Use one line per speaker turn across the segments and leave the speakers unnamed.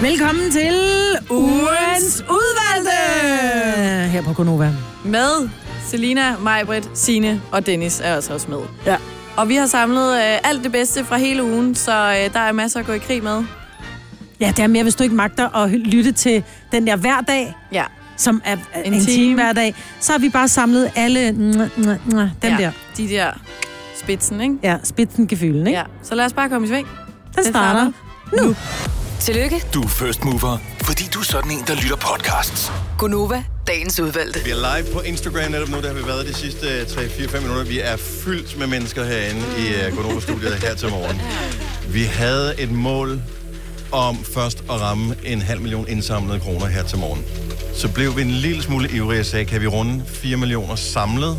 Velkommen til ugens udvalgte her på Konova.
Med Selina, Majbrit, Sine og Dennis er altså også med.
Ja.
Og vi har samlet øh, alt det bedste fra hele ugen, så øh, der er masser at gå i krig med.
Ja, det er mere, hvis du ikke magter at lytte til den der hver dag,
Ja.
som er en, en
time.
time hver dag, så har vi bare samlet alle mm, mm, mm, dem ja.
ja.
der.
De der spidsen, ikke?
Ja, spidsen gefylden, ikke? Ja.
Ja. Så lad os bare komme i sving.
Den starter. nu.
Tillykke,
Du er first mover, fordi du er sådan en, der lytter podcasts.
Gunova, dagens udvalgte.
Vi er live på Instagram netop nu, der har vi været de sidste øh, 3-4-5 minutter. Vi er fyldt med mennesker herinde i øh, Gonova-studiet her til morgen. Vi havde et mål om først at ramme en halv million indsamlede kroner her til morgen. Så blev vi en lille smule ivrige og sagde, kan vi runde 4 millioner samlet?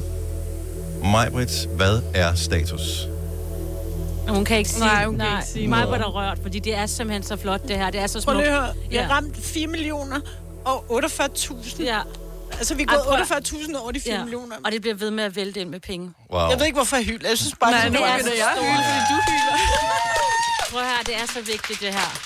Majbrits, hvad er status?
Hun kan ikke sige,
Nej, hun kan ikke sige
mig var
noget.
der rørt, fordi det er simpelthen så flot, det her. Det er så
Prøv
smukt.
lige at høre. Jeg
Ja.
ramte 4 millioner og 48.000. Ja.
Ja,
Altså, vi er
Ej, prøv at-
gået 48.000 over de 4
ja.
millioner.
Og det bliver ved med at vælte ind med penge.
Wow.
Jeg ved ikke, hvorfor jeg hylder. Jeg synes bare,
Nej,
det
nu
er
er
så
det
stort.
Prøv her, det er så vigtigt, det her.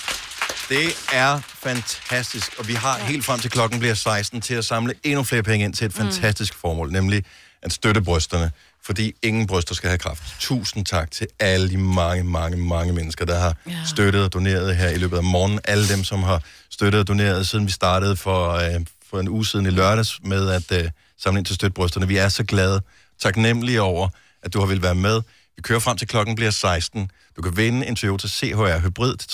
Det er fantastisk, og vi har helt frem til klokken bliver 16 til at samle endnu flere penge ind til et fantastisk formål, nemlig at støtte brysterne, fordi ingen bryster skal have kraft. Tusind tak til alle de mange, mange, mange mennesker, der har støttet og doneret her i løbet af morgenen. Alle dem, som har støttet og doneret, siden vi startede for, øh, for en uge siden i lørdags med at øh, samle ind til støtte brysterne. Vi er så glade, taknemmelige over, at du har vil være med. Vi kører frem til klokken bliver 16. Du kan vinde en Toyota CHR Hybrid til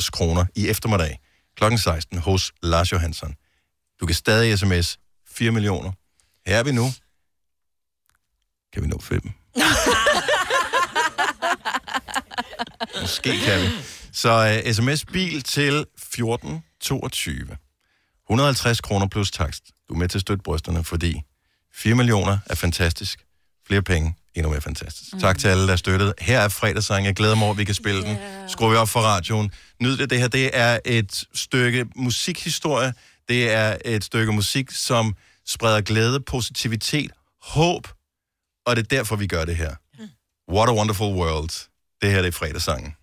341.480 kroner i eftermiddag. Klokken 16 hos Lars Johansson. Du kan stadig sms 4 millioner. Her er vi nu. Kan vi nå 5? Måske kan vi. Så uh, sms bil til 1422. 150 kroner plus takst. Du er med til at støtte brysterne, fordi 4 millioner er fantastisk. Flere penge, endnu mere fantastisk. Mm. Tak til alle, der støttede. Her er fredagssangen. Jeg glæder mig over, at vi kan spille yeah. den. Skru vi op for radioen. Nyd det. Det her det er et stykke musikhistorie. Det er et stykke musik, som spreder glæde, positivitet, håb. Og det er derfor, vi gør det her. What a wonderful world. Det her det er fredagssangen.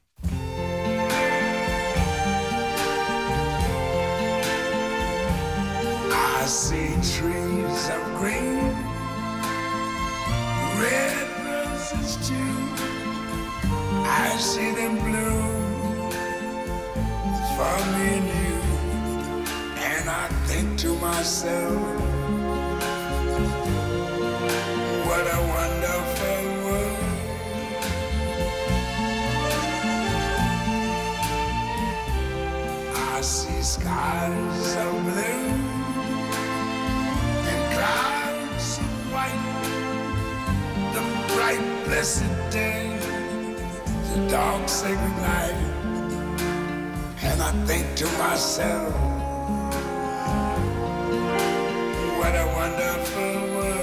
I see trees of green, red roses too. I see them bloom for me and you. And I think to myself, what a wonderful world. I see skies of blue and clouds of white. The bright, blessed day, the dark, sacred night. And I think to myself, what a wonderful world.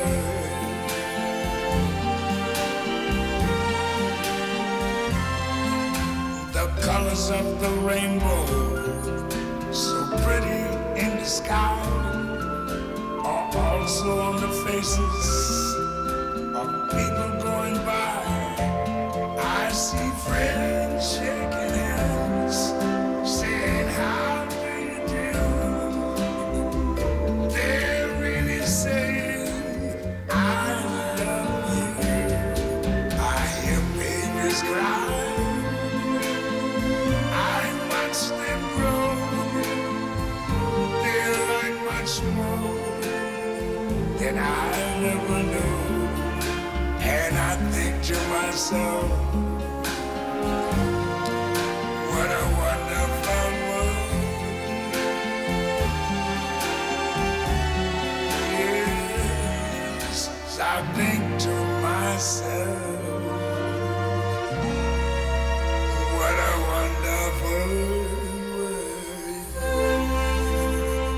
The colors of the rainbow, so pretty in the sky are also on the faces of people going by. I see friends shaking hands, saying, How do you do? They're really saying, I love you. I hear babies cry. I watch them grow. They're like much more that I never knew. And I think to myself, what a wonderful world. Yes, I think to myself, what a wonderful world.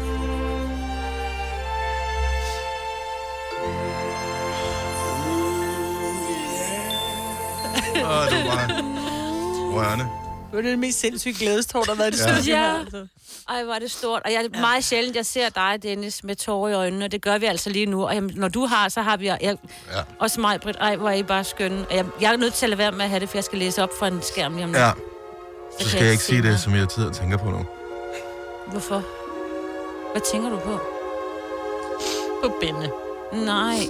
Åh, det var rørende.
Det var det mest sindssyge glædestår, der har været i det
Ja.
studie
Ja.
her, altså.
Ej, hvor er det stort. Og jeg er meget sjældent, jeg ser dig, Dennis, med tårer i øjnene. Og det gør vi altså lige nu. Og jamen, når du har, så har vi... Jeg,
Ja.
ja. Også mig, Britt. Ej, hvor er I bare skønne. Og jeg, jeg er nødt til at lade være med at have det, for jeg skal læse op fra en skærm lige om lidt.
Ja. så skal jeg ikke sige det, som jeg tidligere tænker på nu.
Hvorfor? Hvad tænker du på?
På binde.
Nej.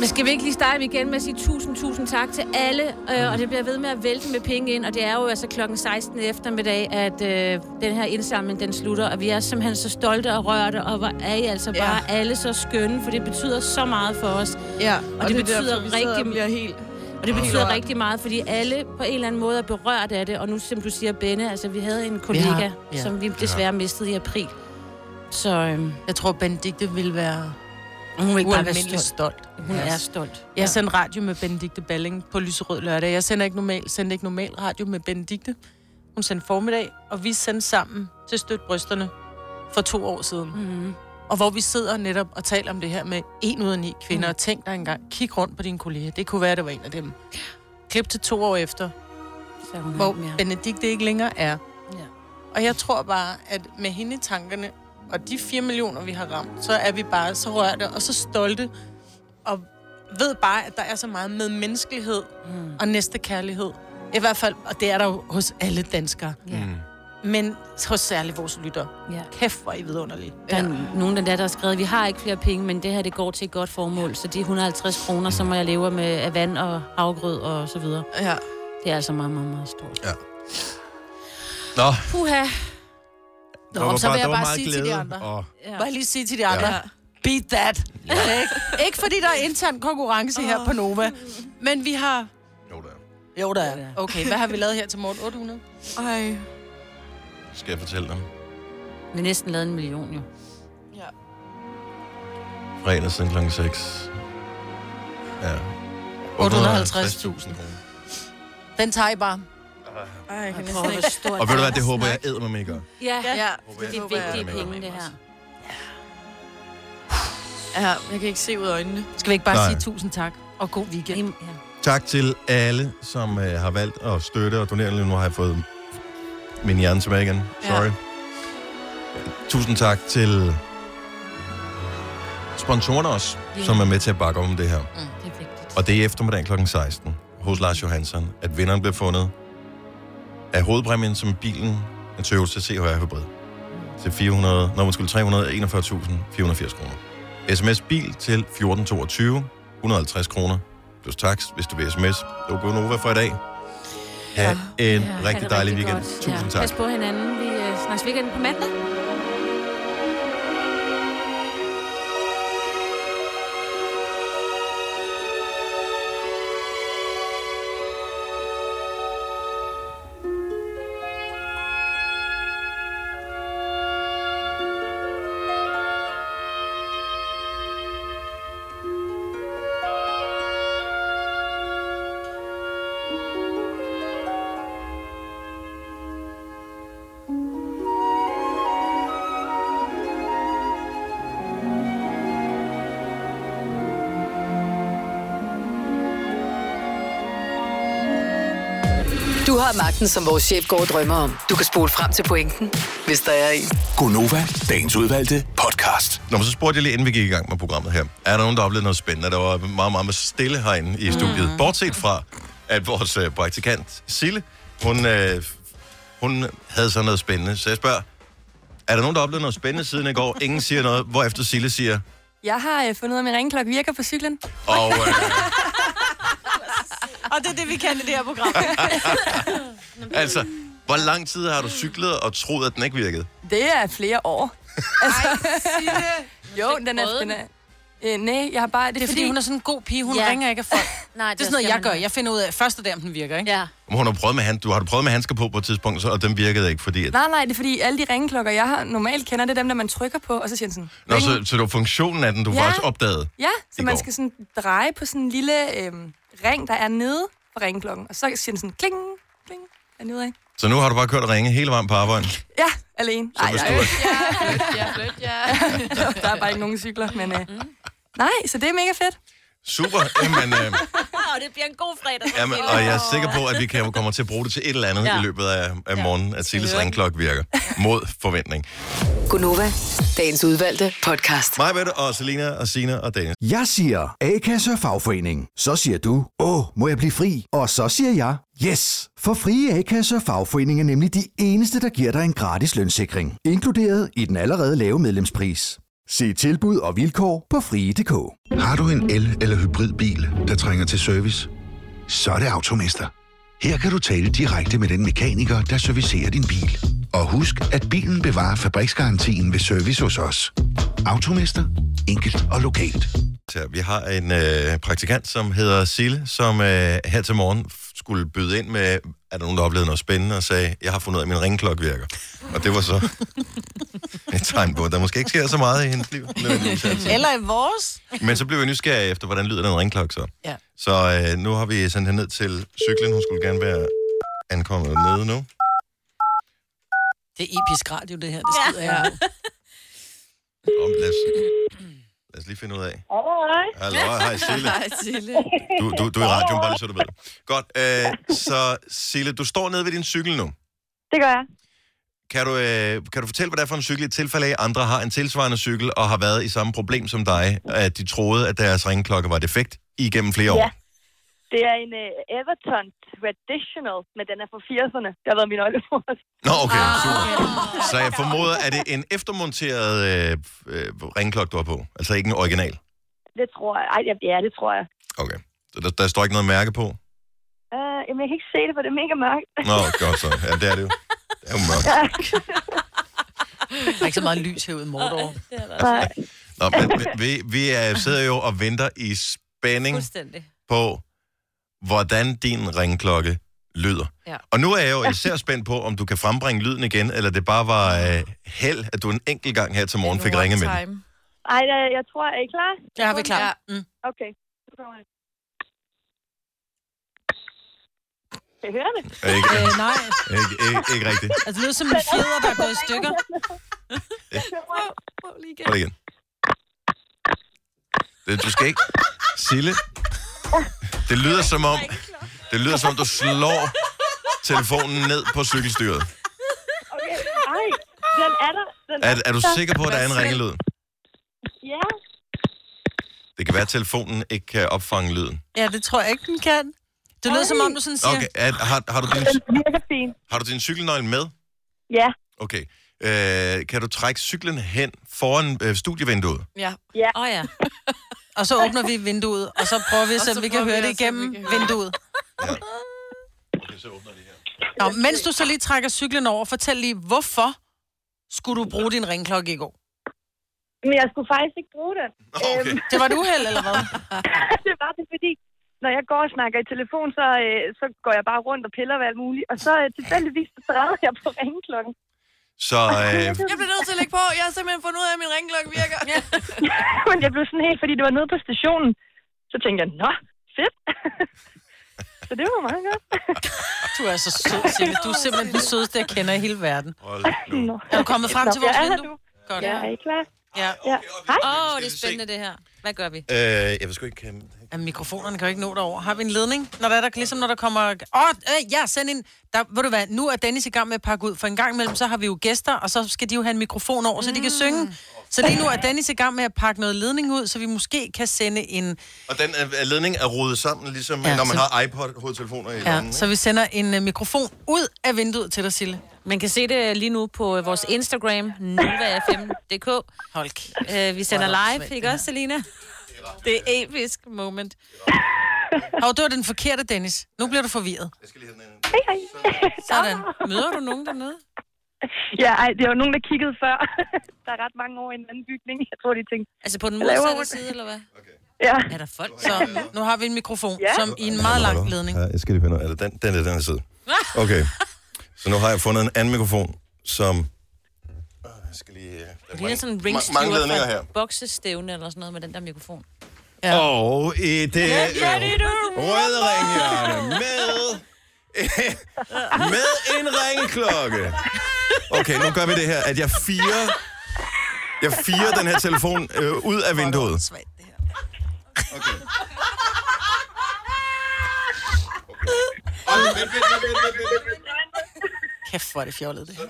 Men skal vi ikke lige starte igen med at sige tusind, tusind tak til alle, øh, og det bliver ved med at vælte med penge ind, og det er jo altså klokken 16 i eftermiddag, at øh, den her indsamling, den slutter, og vi er simpelthen så stolte og rørte, og hvor er I altså
Ja.
bare alle så skønne, for det betyder så meget for os.
Ja,
og det betyder rigtig-
meget. bliver helt...
Og det betyder
klart.
rigtig meget, fordi alle på en eller anden måde er berørt af det. Og nu, som du siger, Benne, altså vi havde en
Vi
kollega,
har-
har,
ja.
ja. som vi desværre mistede i april. Så øhm,
Jeg tror, Benedikte ville være
hun vil ikke bare være
ualmindelig
stolt.
stolt.
Hun er stolt.
Jeg sendte radio med Benedikte Balling på Lyserød lørdag. Jeg sender ikke normal, sendte ikke normal radio med Benedikte. Hun sendte formiddag, og vi sendte sammen til Støt Brysterne for to år siden. Mm-hmm.
Mhm.
Og hvor vi sidder netop og taler om det her med en ud af ni
Mhm.
kvinder. Mm. Og tænk dig engang, kig rundt på dine kolleger. Det kunne være, det var en af dem. Klip til to år efter,
Så hun
hvor
er mere.
Benedikte ikke længere er.
Ja.
Og jeg tror bare, at med hende i tankerne, og de 4 millioner, vi har ramt, så er vi bare så rørte og så stolte, og ved bare, at der er så meget med menneskelighed mm.
Hmm.
og næste kærlighed. I hvert fald, og det er der jo hos alle danskere.
Ja.
Mm.
Men hos særligt vores lytter.
Ja.
Kæft, hvor er I vidunderlige.
Der er nogen, den der, der har skrevet, vi har ikke flere penge, men det her, det går til et godt formål. Så de 150 kroner, som jeg lever med af vand og havgrød og så videre,
Ja.
det er altså meget, meget, meget stort.
Ja. Nå,
Puha.
Nå
og så vil jeg bare sige til de andre.
Og,
Må jeg lige sige til de andre, ja. beat that. Ja. Ikke? ikke fordi der er intern konkurrence her på Nova, men vi har...
jo, der. er.
Jo, der er. Okay, hvad har vi lavet her til morgen? 800?
Ej.
Skal jeg fortælle dem?
Vi næsten lavet en million jo.
Fredag siden klokken 6. Ja.
850.000
kroner.
Den tager I bare.
Ej, kan
Prøv at stå
Og ved du hvad, det håber jeg æder mig gør.
Ja, ja.
Ja.
det er vigtige penge, det her.
ja, jeg kan ikke se ud af øjnene.
Skal vi ikke bare
Nej.
Nej. sige tusind tak, og god weekend.
Ja.
Tak til alle, som øh, har valgt at støtte og donere. Nu har jeg fået min hjerne tilbage igen. Sorry. Ja. Tusind tak til sponsorerne også, yeah. som er med til at bakke om det her.
Mm, Det er vigtigt.
Og det er eftermiddag kl. 16 hos Lars Johansson, at vinderen blev fundet af hovedpræmien som bilen en Toyota CHR Hybrid
Mm.
til 400, når man skulle 341.480 kroner. SMS bil til 1422, 150 kroner plus tax, hvis du vil sms. Det var Gonova for i dag. Ha' en
Ha' det
rigtig dejlig weekend.
godt.
Tusind tak.
Pas på hinanden. Vi øh, snakkes weekenden på mandag.
Du har magten, som vores chef går og drømmer om. Du kan spole frem til pointen, hvis der er en.
Gonova, dagens udvalgte podcast.
Nå, men så spurgte jeg lige, inden vi gik i gang med programmet her. Er der nogen, der oplevede noget spændende? Der var meget, meget stille herinde i studiet. Mm. Bortset fra, at vores øh, praktikant Sille, hun, øh, hun havde sådan noget spændende. Så jeg spørger, er der nogen, der oplevede noget spændende siden i går? Ingen siger noget, hvorefter Sille siger.
Jeg har øh, fundet ud af, at min ringklokke virker på cyklen.
Og, øh,
Og det er det, vi kan i det her program.
altså, hvor lang tid har du cyklet og troet, at den ikke virkede?
Det er flere år. Altså, Ej, jo, den er...
prøvet
Den er øh, nej, jeg har bare...
Det er fordi, hun er sådan en god pige. Hun
Ja.
ja. ringer ikke af folk.
Nej,
Det er sådan noget, jeg gør. Jeg finder ud af første dag, om den virker, ikke?
Ja.
Hun har prøvet med hand, du har prøvet med handsker på på et tidspunkt, så, og den virkede ikke, fordi... At,
Nej, nej, det er fordi, alle de ringklokker, jeg har normalt kender, det er dem, der man trykker på, og så siger den sådan...
nå, så, så det var funktionen af den, du
Ja.
faktisk opdagede.
Ja, så
I
man
går.
skal sådan dreje på sådan en lille øh, ring, der er nede på ringklokken, og så siger den sådan kling, kling, er den ude af.
Så nu har du bare kørt og ringe hele vejen på arbejde.
Ja, alene.
Så hvis du er
Ja, blødt, ja.
Mm.
der er bare ikke nogen cykler, men... Øh, nej, så det er mega fedt.
super, jamen, øh,
Wow, det bliver en god fredag.
Jamen, og jeg er sikker på, at vi kan- kommer til at bruge det til et eller andet
Ja.
ja. i løbet af, af morgenen, at Silles ringklokke virker. Mod forventning.
Gunova, dagens udvalgte podcast.
Mig, Bette, og Selina, og Sina og Daniel.
Jeg siger A-kasse og fagforening. Så siger du, åh, må jeg blive fri? Og så siger jeg, yes! For frie A-kasse og fagforening er nemlig de eneste, der giver dig en gratis lønssikring. Inkluderet i den allerede lave medlemspris. Se tilbud og vilkår på frie.dk.
Har du en el- eller hybridbil, der trænger til service? Så er det Automester. Her kan du tale direkte med den mekaniker, der servicerer din bil. Og husk, at bilen bevarer fabriksgarantien ved service hos os. Automester. Enkelt og lokalt.
Så vi har en øh, praktikant, som hedder Sille, som øh, her til morgen f- skulle byde ind med, er der nogen, der oplevede noget spændende, og sagde, jeg har fundet ud af, at min ringklokke virker. Og det var så et tegn på, at der måske ikke sker så meget i hendes liv. nødvendigvis altid.
Eller i vores.
Men så blev jeg nysgerrig efter, hvordan lyder den ringklokke så?
Ja.
Så øh, nu har vi sendt hende ned til cyklen. Hun skulle gerne være ankommet nede nu.
Det er episk radio, det her. Det skider ja. jeg.
Om, lad, os, lad os lige finde ud af.
Hej.
Hallo, hej Sille.
Hej, Sille.
Du, du, du er i radioen, bare lige så du ved det. Godt, øh, så Sille, du står nede ved din cykel nu.
Det gør jeg.
Kan du, øh, kan du fortælle, hvad det er for en cykel i et tilfælde af, at andre har en tilsvarende cykel og har været i samme problem som dig, at de troede, at deres ringklokke var defekt igennem flere år?
Ja. Det er en uh, Everton Traditional, men den er fra 80'erne. Det har været min oldemor.
Nå, okay, super. Så jeg formoder, at det er en eftermonteret øh, øh, ringklokke, du har på? Altså ikke en original?
Det tror jeg. Ej, ja, ja, det tror jeg.
Okay. Så der, der står ikke noget mærke på?
Uh, jamen, jeg kan ikke se det, for det er mega mørkt.
Nå, godt så. Ja, det er det jo. Det er jo mørkt.
Ja.
Der er ikke så meget lys herude i Mordor.
Nej.
Nå, men vi- vi, vi er, sidder jo og venter i spænding
Fuldstændig.
på, hvordan din ringklokke lyder.
Ja.
Og nu er jeg jo især spændt på, om du kan frembringe lyden igen, eller det bare var øh, held, at du en enkelt gang her til morgen fik ringet med. den.
Ej, jeg, jeg tror, er I klar?
Ja, vi er klar.
Mm. Okay. Nu kommer jeg. Kan I høre det?
Ikke,
Øh, nej.
ikke, ikke, ikke rigtigt.
Altså, det lyder som en fjeder, der er gået i stykker.
Prøv det igen. Det, du skal ikke... Sille, det lyder som om... Det lyder som om, du slår telefonen ned på cykelstyret.
Okay. Ej, den er der. Den
Er, er du sikker på, at der er en ringelyd?
Ja.
Det kan være, at telefonen ikke kan opfange lyden.
Ja, det tror jeg ikke, den kan. Det lyder som om, du sådan siger...
Okay, er, har, har, du din,
Den virker fint.
har du din cykelnøgle med?
Ja.
Okay. Øh, kan du trække cyklen hen foran øh, studievinduet?
Ja.
Ja.
Oh, ja. og så åbner vi vinduet, og så prøver vi,
Og
så,
så
vi kan
prøver vi
høre
at se,
det
om vi
igennem
kan høre det.
vinduet.
Okay, så åbner det her.
Nå, mens du så lige trækker cyklen over, fortæl lige, hvorfor skulle du bruge din ringklokke i går?
Men jeg skulle faktisk ikke bruge den. Okay.
Det var et uheld, eller hvad?
det var det, fordi når jeg går og snakker i telefon, så, øh, så går jeg bare rundt og piller ved alt muligt. Og så øh, tilfældigvis så drejede jeg på ringklokken.
Så øh,
Jeg bliver nødt til at lægge på. Jeg har simpelthen fundet ud af, at min ringklokke virker. Ja.
Men jeg blev sådan helt, fordi det var nede på stationen. Så tænkte jeg, nå, fedt. så det var meget godt.
Du er så sød, Silke. Du er simpelthen den sødeste, jeg kender i hele verden.
Nå.
Er du kommet frem til
Nå,
vores
jeg er her
vindue? Godt.
Ja, er I klar?
Ja.
Ja. Hej.
Åh, oh, det er spændende det her. Hvad gør vi?
øh, jeg ved sgu ikke... kan-
Ja, mikrofonerne kan jo ikke nå derover. Har vi en ledning? Når der er der, ligesom når der kommer... Åh, oh, øh, ja, send en... Der, ved du hvad, nu er Dennis i gang med at pakke ud, for en gang imellem, så har vi jo gæster, og så skal de jo have en mikrofon over, så de kan synge. Så lige nu er Dennis i gang med at pakke noget ledning ud, så vi måske kan sende en...
Og den øh, ledning er rodet sammen, ligesom
Ja,
ja, når man
så-
har iPod-hovedtelefoner i
Ja,
lommen.
så
Ja,
vi sender en øh, mikrofon ud af vinduet til dig, Sille.
Man kan se det lige nu på øh, vores Instagram, nova5.dk.
Hold
øh, Vi sender
Hvor
live,
er det åndssvagt,
ikke også, Selina? Det er episk moment.
Og det var den forkerte, Dennis. Nu bliver du forvirret.
Hej, hej.
Sådan. Møder du nogen dernede?
Ja, ej, det var nogen, der kiggede før. der er ret mange år i en anden bygning. Jeg tror, de tænkte...
Altså på den
"Hvad laver hun?"
modsatte side, eller hvad?
Ja.
Er der folk? Så nu har vi en mikrofon, som i en meget lang ledning.
Ja, jeg skal lige finde ud af det. Den, den er den her side. Okay. Så nu har jeg fundet en anden mikrofon, som... Øh, Jeg skal lige... øh, der er
Det er sådan en
mange,
ringstyver
mange ledninger
fra
her.
boksestævne eller sådan noget med den der mikrofon.
Ja. Og i det
Ja,
øh,
det er du.
røde ringhjørne med, med en ringklokke. Okay, nu gør vi det her, at jeg firer, jeg firer den her telefon øh, ud af vinduet.
Svagt, det her. Kæft, hvor er det fjollet, det her.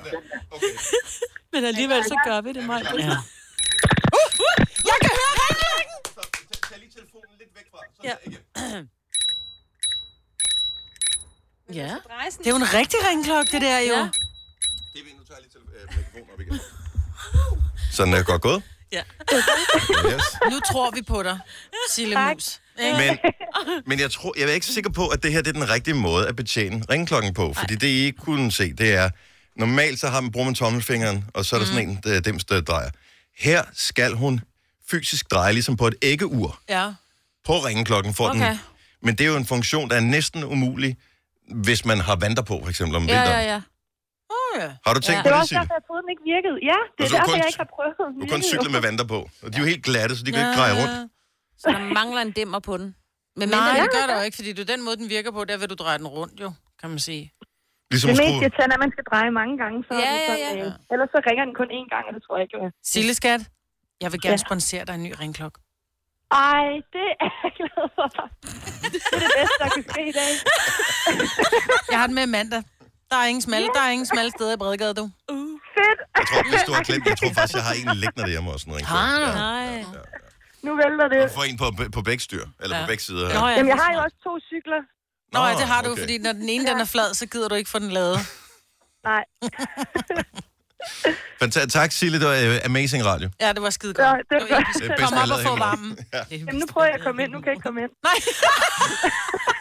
Men alligevel, så gør vi det, Maj.
Ja.
Jeg kan høre ringklokken!
Ja. ja.
Drejes den.
Det er jo en rigtig ringklokke, det der jo. Ja.
øh, Sådan er det godt gået.
ja.
Yes.
Nu tror vi på dig, Sille Mus. Ikke?
Men, men jeg, tror, jeg er ikke så sikker på, at det her det er den rigtige måde at betjene ringklokken på. Fordi det, I ikke kunne se, det er... Normalt så har man, bruger man tommelfingeren, og så er der mm. sådan en, der dem der drejer. Her skal hun fysisk dreje, ligesom på et æggeur,
Ja.
på ringklokken for okay. den. Men det er jo en funktion, der er næsten umulig, hvis man har vanter på, for eksempel om
Ja,
vinteren.
ja, ja.
Har du tænkt
Det
på
var
det,
også
Signe?
derfor, jeg troede, den ikke virkede. Ja, det
Og
er
så
derfor,
kun-
jeg ikke har prøvet den.
Du kan kun cykle med vanter på. Og de er jo helt glatte, så de kan ikke dreje rundt.
Så der mangler en dæmmer på den.
Men
mindre
Nej,
den-
det gør der jo ikke, fordi det er den måde, den virker på, der vil du dreje den rundt jo, kan man sige.
Ligesom
det
at
mest
skrue-
irriterende er, at man skal dreje mange gange, så,
Ja,
er den
ja,
så
ja.
Øh, ellers så ringer den kun én gang, og det tror jeg ikke, jeg
Sille skat, jeg vil
Ja.
gerne ja. sponsere dig en ny ringklokke.
Ej, det er jeg glad for. Det er det bedste, der kan ske i dag.
Jeg har den med mandag. Der er ingen smalle, der er ingen smalle steder i Bredegade, du. Uh.
Fedt.
Jeg tror, hvis du har glemt, jeg tror faktisk, jeg har en liggende derhjemme også. En ringklokke.
Har du?
Nej.
Nu vælter det.
Du får en på, på begge styr, eller ja. på begge sider.
Nå, ja.
Jamen, jeg har jo også to cykler.
Nå, ja, det har du,
okay.
okay. fordi når den ene den er flad, så gider du ikke få den lavet.
Nej.
Fanta- tak, Sille. Det var øh, Amazing Radio.
Ja, det var skide godt. Ja,
det
var
Det er
episk.
bedst,
Kom
jeg
op og
lavede
få
hele
varmen. Ja.
Jamen, nu prøver jeg at komme ind. Nu kan jeg ikke komme ind.
Nej.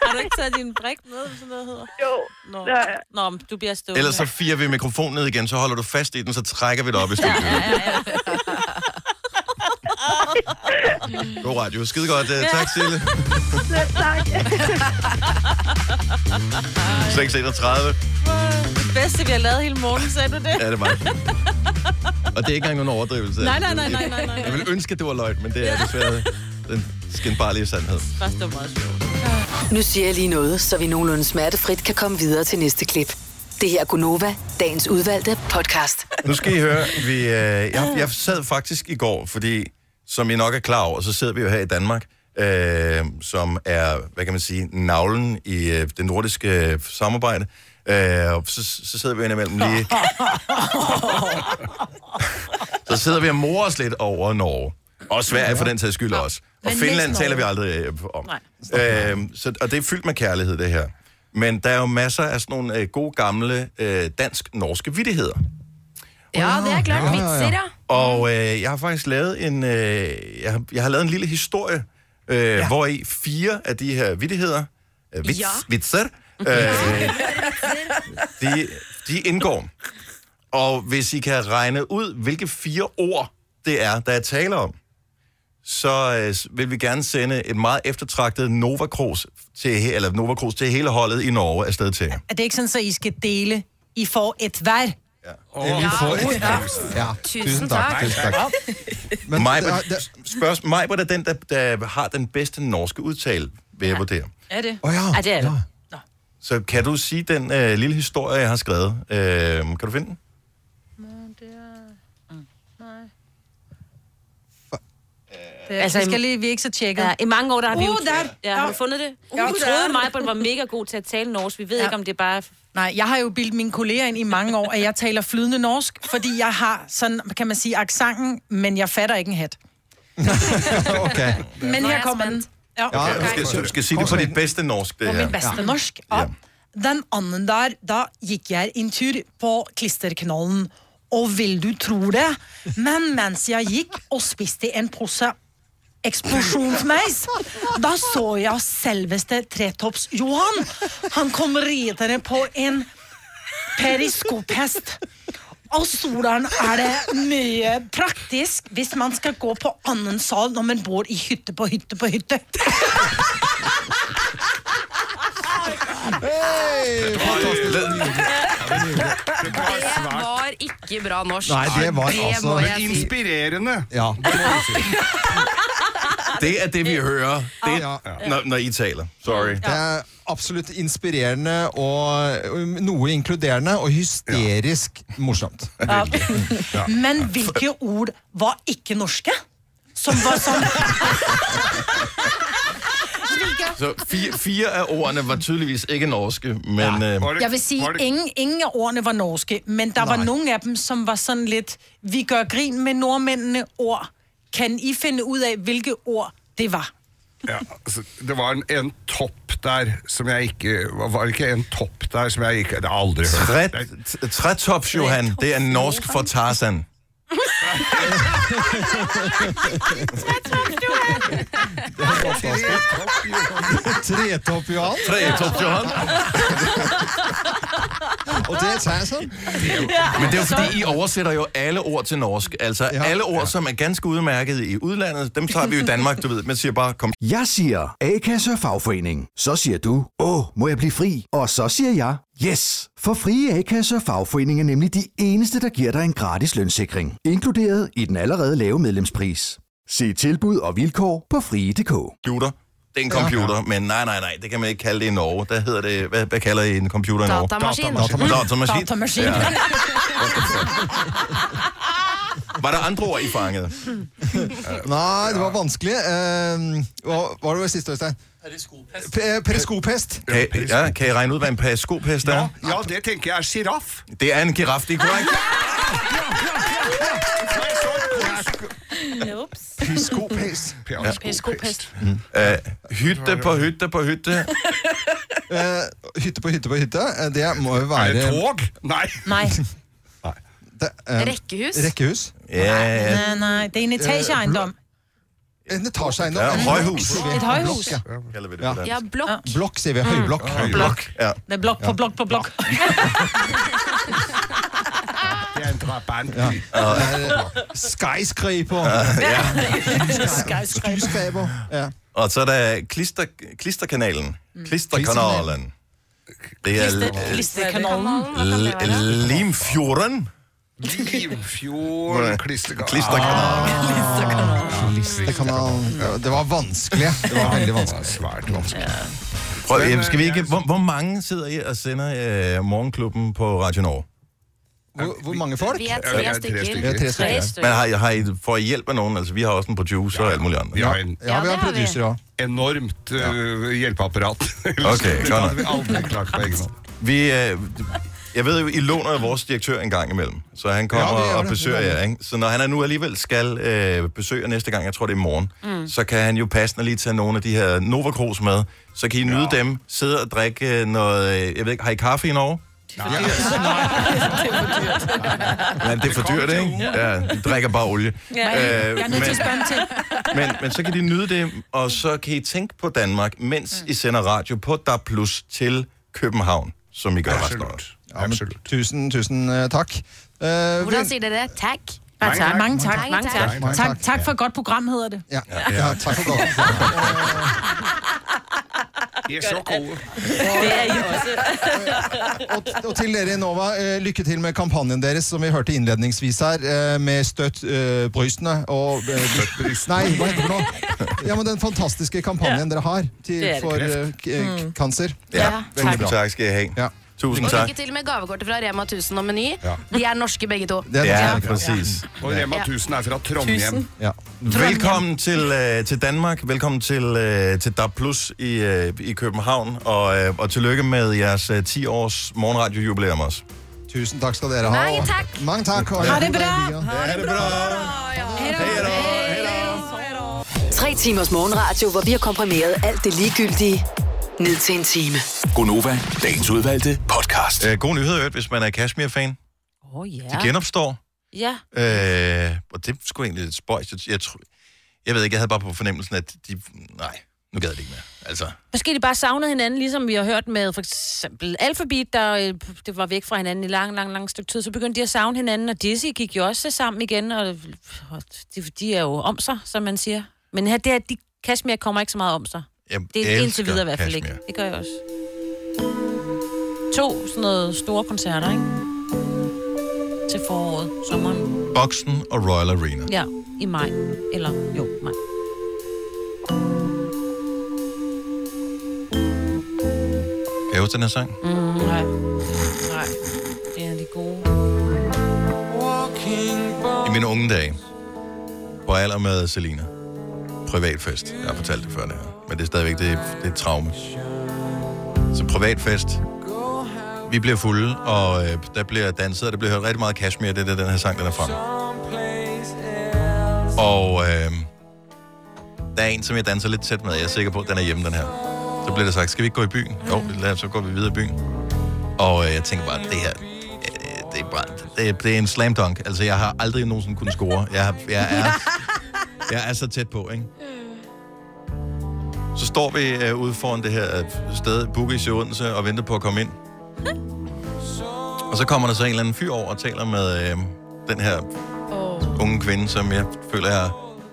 Har du ikke taget din brik med, eller sådan noget hedder?
Jo.
Nå,
Ja, ja.
Nå men du bliver stående.
Ellers så firer vi mikrofonen ned igen, så holder du fast i den, så trækker vi det op i studiet. God radio. Skide godt. Øh, Tak, Sille.
Selv tak.
631.
Det bedste, vi har lavet hele morgen, sagde du det?
Ja, det var det. Og det er ikke engang nogen overdrivelse.
Nej, nej, nej, nej, nej, nej.
Jeg ville ønske, at det var løgn, men det er desværre den skinbarlige sandhed.
Først, det var meget sjovt.
Nu siger jeg lige noget, så vi nogenlunde smertefrit kan komme videre til næste klip. Det her er Gunova, dagens udvalgte podcast.
Nu skal I høre, vi, øh, jeg, jeg sad faktisk i går, fordi som I nok er klar over, så sidder vi jo her i Danmark, øh, som er, hvad kan man sige, navlen i øh, det nordiske øh, samarbejde. Øh, og så, så sidder vi indimellem lige... så sidder vi og morer os lidt over Norge. Og Sverige for den sags skyld også. Og
Men
Finland
mest
taler vi
Norge.
aldrig øh, om. Øh, så, og det er fyldt med kærlighed, det her. Men der er jo masser af sådan nogle øh, gode gamle øh, dansk-norske vittigheder.
Ja, det er klart. Mitt sitter.
Og øh, jeg har faktisk lavet en, øh, jeg, har, jeg har lavet en lille historie, øh, ja. hvor i fire af de her vittigheder, øh, vits, ja.
Ja.
vitser, øh, de, de indgår. Og hvis I kan regne ud, hvilke fire ord det er, der er tale om, så øh, vil vi gerne sende et meget eftertragtet Nova Cruz til, he- eller Nova Cruz til hele holdet i Norge afsted til. jer.
Er det ikke sådan, så I skal dele? I får et hver.
Ja, vi får et. Ja. Tusind tak. Tusind tak. Men Majbert, spørgsmål, Majbert er den, der, der har den bedste norske udtale, vil jeg ja. vurdere.
Er det?
Åh, ja.
Er det er det.
Så kan du sige den øh, lille historie, jeg har skrevet? Øh, kan du finde den?
Det er-
Altså,
vi skal lige, vi er ikke så tjekket.
Ja, I mange år, der har vi
Uh,
jo...
der-
ja, har du fundet det?
Uh,
Uh, jeg
der-
troede, mig, var mega god til at tale norsk. Vi ved ja. ikke, om det er bare...
Nej, jeg har jo bildt mine kolleger ind i mange år, at jeg taler flydende norsk, fordi jeg har sådan, kan man sige, aksangen, men jeg fatter ikke en hat.
Okay.
Men her kommer den. Ja.
okay. Du, skal, du skal sige det på dit bedste norsk, det
På
her.
min beste norsk. Ja. Den anden der, da gikk jeg en tur på klisterknollen. Og vil du tro det? Men mens jeg gikk og spiste en pose eksplosjonsmeis, da så jeg selveste Tretops Johan. Han kom ridende på en periskophest. Og sådan er det mye praktisk hvis man skal gå på annen sal når man bor i hytte på hytte på hytte.
Det var ikke bra norsk.
Nei, det var altså-
må
Men
jeg si.
Inspirerende.
Ja.
Det er det, vi hører, det, når, når I taler. Sorry.
Det er absolutt inspirerende og um, noe inkluderende og hysterisk morsomt.
Ja. Men hvilke ord var ikke norske? Som var sånn Hvilke
Så fire, fire af ordene var tydeligvis ikke norske, men... Ja. Øh,
Jeg vil sige, ingen, ingen af ordene var norske, men der Nej. var
Nej.
nogle af dem, som var sådan lidt, vi gør grin med nordmændene ord. Kan I finde ud af, hvilke ord det var?
Ja, altså, det var en, en topp der som jeg ikke Var det ikke en topp der som jeg ikke Det har jeg aldri hørt.
Træ, t- trætops, Johan, det er norsk for Tarzan.
Tretopp Johan.
Tretopp Johan.
Og det er Tarzan.
Men det er jo fordi, I oversætter jo alle ord til norsk. Altså ja. alle ord, ja. som er ganske udmærket i udlandet, dem tager vi jo i Danmark, du ved. Man siger bare, kom
Jeg siger A-kasse og fagforening. Så siger du, åh, må jeg blive fri? Og så siger jeg, yes! For frie A-kasse og fagforening er nemlig de eneste, der giver dig en gratis lønssikring. Inkluderet i den allerede lave medlemspris. Se tilbud og vilkår på frie.dk.
computer. Det er en computer, ja. men nej, nej, nej, det kan man ikke kalde det i Norge. Der hedder det, hvad, hvad kalder I en computer i Norge?
Datamaskin.
Datamaskin.
Datamaskin.
Ja. Var der andre ord, I fangede?
Nei, det var vanskelig. Eh, hva hva var det siste, Øystein? øh, Pe- Periskopest.
Kan, ja, kan I regne ud, hvad en periskopest er?
Ja, det tenker jeg er sjiraff.
Det er en giraf, det er korrekt.
Periskopest.
Ja. Uh, hytte på hytte på hytte.
Eh, hytte på hytte på hytte, eh, det må jo
Er
være
det tog? Nei.
Nej.
Det, eh,
Rekkehus?
Rekkehus.
Nej, nej, nej. Det er en etageejendom.
En etasjeeiendom.
Ja, højhus.
Et højhus.
Kalder vi det på dansk.
blok.
Blokk, sier vi. Høyblokk.
Blok. Ja.
Det er blok på blok på blok.
Det er en drabant.
Skyscraper.
Ja.
Skyscraper. Ja.
Og så er der klister, klisterkanalen. Klisterkanalen. Det er
Liste-
L- L- Limfjorden.
Limfjorden klisterkanal.
Klisterkanal. Ah, Det var vanskelig. Det var veldig vanskelig.
Svært vanskelig.
Prøv, øh, skal vi ikke, hvor, hvor mange sidder I og sender øh, Morgenklubben på Radio Norge?
Hvor, hvor mange folk?
Vi er tre Ja, stykker.
Vi er tre stykker.
Men har, I- har I, får I hjælp af nogen? Altså, vi har også en producer og alt muligt andet.
Vi har en,
Ja, vi har en producer òg.
enormt øh, hjelpeapparat.
Okay,
Det hadde vi aldri klart på egen hånd.
Vi, øh, jeg ved jo, I låner jo vores direktør en gang imellem, så han kommer
Ja, det
ja,
er
og
det.
besøger
Det er
jer. Ikke? Så når han er nu alligevel skal øh, besøge jer næste gang, jeg tror det er i morgen, mm. så kan han jo passende lige tage nogle af de her Nova Cruz med, så kan I nyde dem, sidde og drikke øh, noget, øh, jeg ved ikke, har I kaffe i Norge? Ja, det er for dyrt, ikke? Ja, de drikker bare olie.
Ja,
Øh,
jeg er nødt til at spørge om en ting.
men, men så kan de nyde det, og så kan I tænke på Danmark, mens I sender radio på DAB Plus til København, som I gør resten af året.
Absolutt. Tusen, tusen eh, takk. Eh,
Hvordan siger det der? Tak.
Mange tak. Mange tak.
Mange tak.
tak. tak. tak for et godt program, hedder det.
Ja, ja tak for godt.
De er så gode.
Det er I også.
Og til dere i Nova, eh, lykke til med kampanjen deres, som vi hørte innledningsvis her, eh, med støtt eh, brystene og eh, Nei, hva heter det for noe? Ja, men den fantastiske kampanjen dere har til,
Det er det.
for eh, k- eh,
Mm.
kanser.
Ja.
Veldig
Tusind
bra.
tak skal I have.
Ja.
Tusind
Og
tak.
lykke til med gavekortet fra Rema 1000 og Meny.
Ja.
De er norske begge to.
Det er Ja, norske. præcis.
Og Rema
Ja.
1000 er fra Trondheim.
Tusind.
Ja.
Velkommen til, øh, til Danmark, velkommen til, øh, til DAB Plus i, øh, i København, og, øh, og tillykke med jeres øh, 10-års morgenradiojubilæum også.
Tusen tak skal dere ha.
Mange
tak.
Mange tak. og
Ha det
en god dag videre.
Ha det bra.
Tre timers morgenradio, hvor vi har komprimeret alt det ligegyldige ned til en time.
Gonova, dagens udvalgte podcast. Øh, god nyhed, i øvrigt, hvis man er Kashmir-fan.
Åh, oh, ja.
De genopstår.
Ja.
Øh, og det skulle egentlig lidt spøjs. Jeg, jeg, tror- jeg ved ikke, jeg havde bare på fornemmelsen, at de... Nej, nu gad det ikke mere. Altså,
Måske de bare savnede hinanden, ligesom vi har hørt med for eksempel Alphabet, der øh, det var væk fra hinanden i lang, lang, lang stykke tid. Så begyndte de at savne hinanden, og Dizzy gik jo også sammen igen, og, og de, de er jo om sig, som man siger. Men her, det er, de Kashmir kommer ikke så meget om sig.
jeg
Det er indtil
elsker
videre i hvert fald
Kashmir.
ikke. Det gør jeg også. To sådan noget store koncerter, ikke? Til foråret, sommeren.
Boxen og Royal Arena.
Ja, i maj. Eller jo, maj.
Kan jeg huske den her sang?
Mm, nej. Nej. Det er de gode.
I mine unge dage, på alder med Selina, privatfest. Jeg har fortalt det før, det her. Men det er stadigvæk det, det er et traume. Så privatfest. Vi bliver fulde, og øh, der bliver danset, og der bliver hørt rigtig meget cashmere. Det er det, den her sang, den er frem. Og øh, der er en, som jeg danser lidt tæt med. Jeg er sikker på, at den er hjemme, den her. Så bliver der sagt, skal vi ikke gå i byen? Jo, lad os, så går vi videre i byen. Og øh, jeg tænker bare, det her, øh, det er, bare, det, er, det er en slam dunk. Altså, jeg har aldrig nogensinde kunnet score. Jeg, har- jeg, er, jeg er så tæt på, ikke? Så står vi øh, ude foran det her øh, sted, Bugis i Odense, og venter på at komme ind. Og så kommer der så en eller anden fyr over og taler med øh, den her oh. unge kvinde, som jeg føler, jeg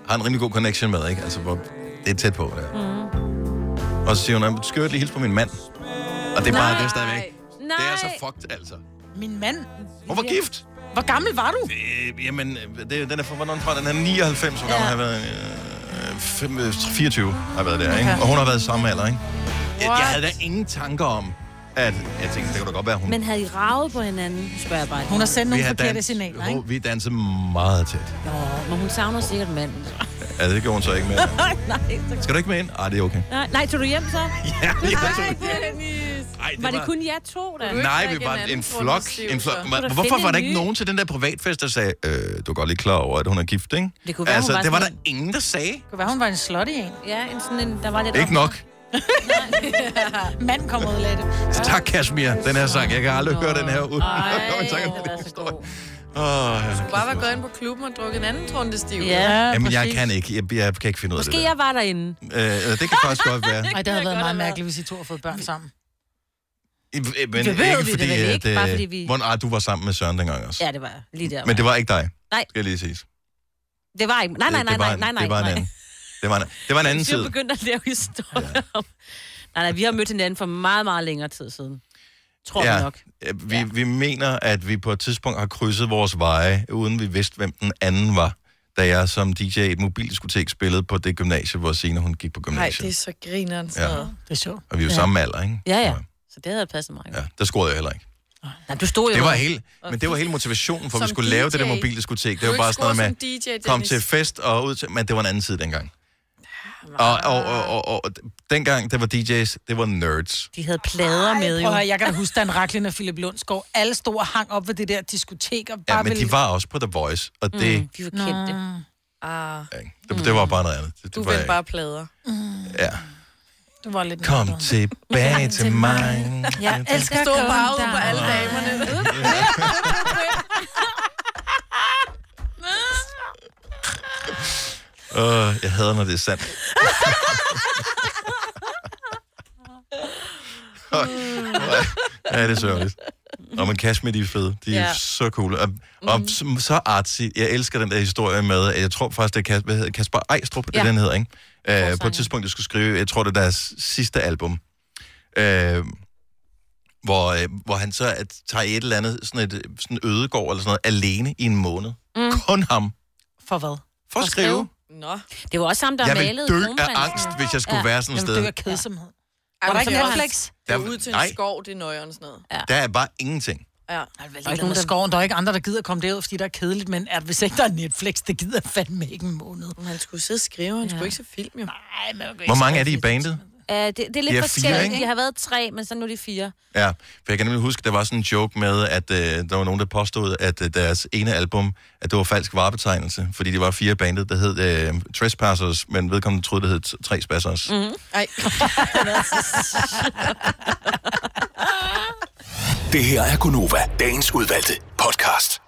har en rimelig god connection med, ikke? Altså, hvor det er tæt på, det her. Mm. Og så siger hun, "Jamen, skal jeg lige hilse på min mand? Og det er bare det er stadigvæk.
Nej.
Det er så fucked, altså.
Min mand.
Hun var gift.
Hvor gammel var du?
Øh, jamen, øh, det, den er fra, hvornår er den fra? Den er 99, hvor gammel har jeg været. Øh, fem- øh, 24 har jeg været der, ikke?
Okay.
Og hun har været i samme alder, ikke? Jeg, jeg havde da ingen tanker om, at... Jeg tænkte, det kunne da godt være, hun...
Men havde I ravet på hinanden, spørger jeg bare.
Hun har sendt
Vi har dans- Hun- Vi dansede meget tæt.
Nå, men hun savner sikkert manden.
Ja, det gjorde hun så ikke med.
nej, så...
Skal du ikke med ind? Ej, det er okay.
nej, nej, tog du hjem så?
Ja, jeg
Nej,
tog-
Dennis.
Ej, det
var det
var-
kun jer to, da?
Nej, vi var en flok. En flok. Hva- Hvorfor var der ikke nogen til den der privatfest, der sagde, øh, du er godt lige klar over, at hun er gift, ikke?
Det kunne være, hun
altså,
var
det var der
sådan
ingen, der sagde.
Det kunne være, hun var en slutty en.
Ja, en sådan en, der var lidt...
Ikke nok.
Mand kommer ud af det.
Så tak, Kashmir, den her sang. Jeg kan aldrig høre den her uden.
Ej,
Tak.
den
altså
er så god.
Åh, ja.
Du bare var gået ind på klubben og drukket en anden trunde stiv.
Ja,
Jamen, jeg kan ikke. Jeg, jeg kan ikke finde ud af det
Måske jeg var derinde.
der. Øh, øh, det kan faktisk godt være.
Ej, det havde været meget mærkeligt, hvis I to havde fået børn sammen.
I- øh, Men
Det ved vi
ikke
da
fordi,
vel
at,
ikke, bare
øh,
fordi vi-
Hvor, ah, du var sammen med Søren dengang også.
Ja, det var jeg. Lige der.
Men det var ikke dig,
Nej.
skal jeg lige sige. Øh,
Det var ikke... Nej, nej, nej, nej, nej, nej.
Det var en anden. Det var en, det var en anden
Vi er
tid.
begyndt at lave historier ja. om... Nej, nej, vi har mødt hinanden for meget, meget længere tid siden. Tror ja. vi nok.
øh, Vi, vi mener, at vi på et tidspunkt har krydset vores veje, uden vi vidste, hvem den anden var, da jeg som DJ i et mobildiskotek spillede på det gymnasie, hvor Signe hun gik på
Nej,
gymnasiet.
det er så grineren.
Ja.
Ja. Det er sjovt.
Og vi er jo
Ja.
samme alder, ikke?
Ja, ja. Så det havde passet mig.
Ja, der scorede jeg heller ikke.
Nej, du stod jo...
Det var
og-
hele, men det var hele motivationen for, at vi
Som
skulle lave det der
DJ.
mobildiskotek.
Du
Det var
ikke
bare sådan
score
noget med,
som DJ,
kom
Dennis.
til fest og ud til... Men det var en anden tid dengang. Og, og, og, og, og, og dengang, der var DJ's, det var nerds.
De havde plader
Ej,
med,
prøv at
jo.
høre, jeg kan da huske, da en raklen af Philip Lundsgaard. Alle stod og hang op ved det der diskotek. Og bare
Ja, men
ville...
de var også på The Voice, og det, mm.
de var kendte.
Ah,
det, det var bare noget andet. Det, det
du
var,
vendte bare plader.
Ja.
Du var lidt...
Kom tilbage til mig.
Jeg elsker
Stå
at
bare
komme
ude på
der.
alle damerne.
Uh, jeg hader, når det er sandt. ja, det er sørgeligt. Nå, men Kashmir, de er fede. De er
Ja.
ja. så cool. Og, og mm. så artsy. Jeg elsker den der historie med, at jeg tror faktisk, det er Kas- hvad hedder, Kasper Ejstrup, det
Ja.
ja. den hedder, ikke? Øh, på et tidspunkt, jeg skulle skrive, jeg tror, det er deres sidste album. Øh, hvor, øh, hvor han så at, tager i et eller andet sådan et øh, sådan ødegård eller sådan noget, alene i en måned. Mm. Kun ham.
For hvad?
For at skrive.
Nå.
Det var også ham, der
Jeg vil
malede
dø af
kronprinsen.
angst, hvis jeg skulle være sådan et
Jamen,
sted.
det var kedsomhed.
Ej,
Var der
men
ikke
så var han-
Netflix?
Det var
Der-
ud til
nej.
en skov, det er nøjeren sådan noget. Ja.
Der er bare ingenting.
ja.
Der er,
Altså,
nogen, der... Skoven, der er ikke andre, der gider at komme derud, fordi der er kedeligt, men at hvis ikke der er Netflix, det gider jeg fandme ikke en måned.
Men han skulle sidde og skrive, han ja. skulle ikke se film, jo.
Nej, men
Hvor mange er de i bandet?
Uh, det, det er lidt
De er fire,
forskelligt.
ikke?
De har været tre, men så nu er de fire.
Ja, for jeg kan nemlig huske, der var sådan en joke med, at øh, der var nogen, der påstod, at øh, deres ene album, at det var falsk varebetegnelse, fordi det var fire bandet, der hed øh, Trespassers, men vedkommende troede, det hed Tre Spassers. Mm.
Mm-hmm. Ej. Den er så-
Det her er Gunova, dagens udvalgte podcast.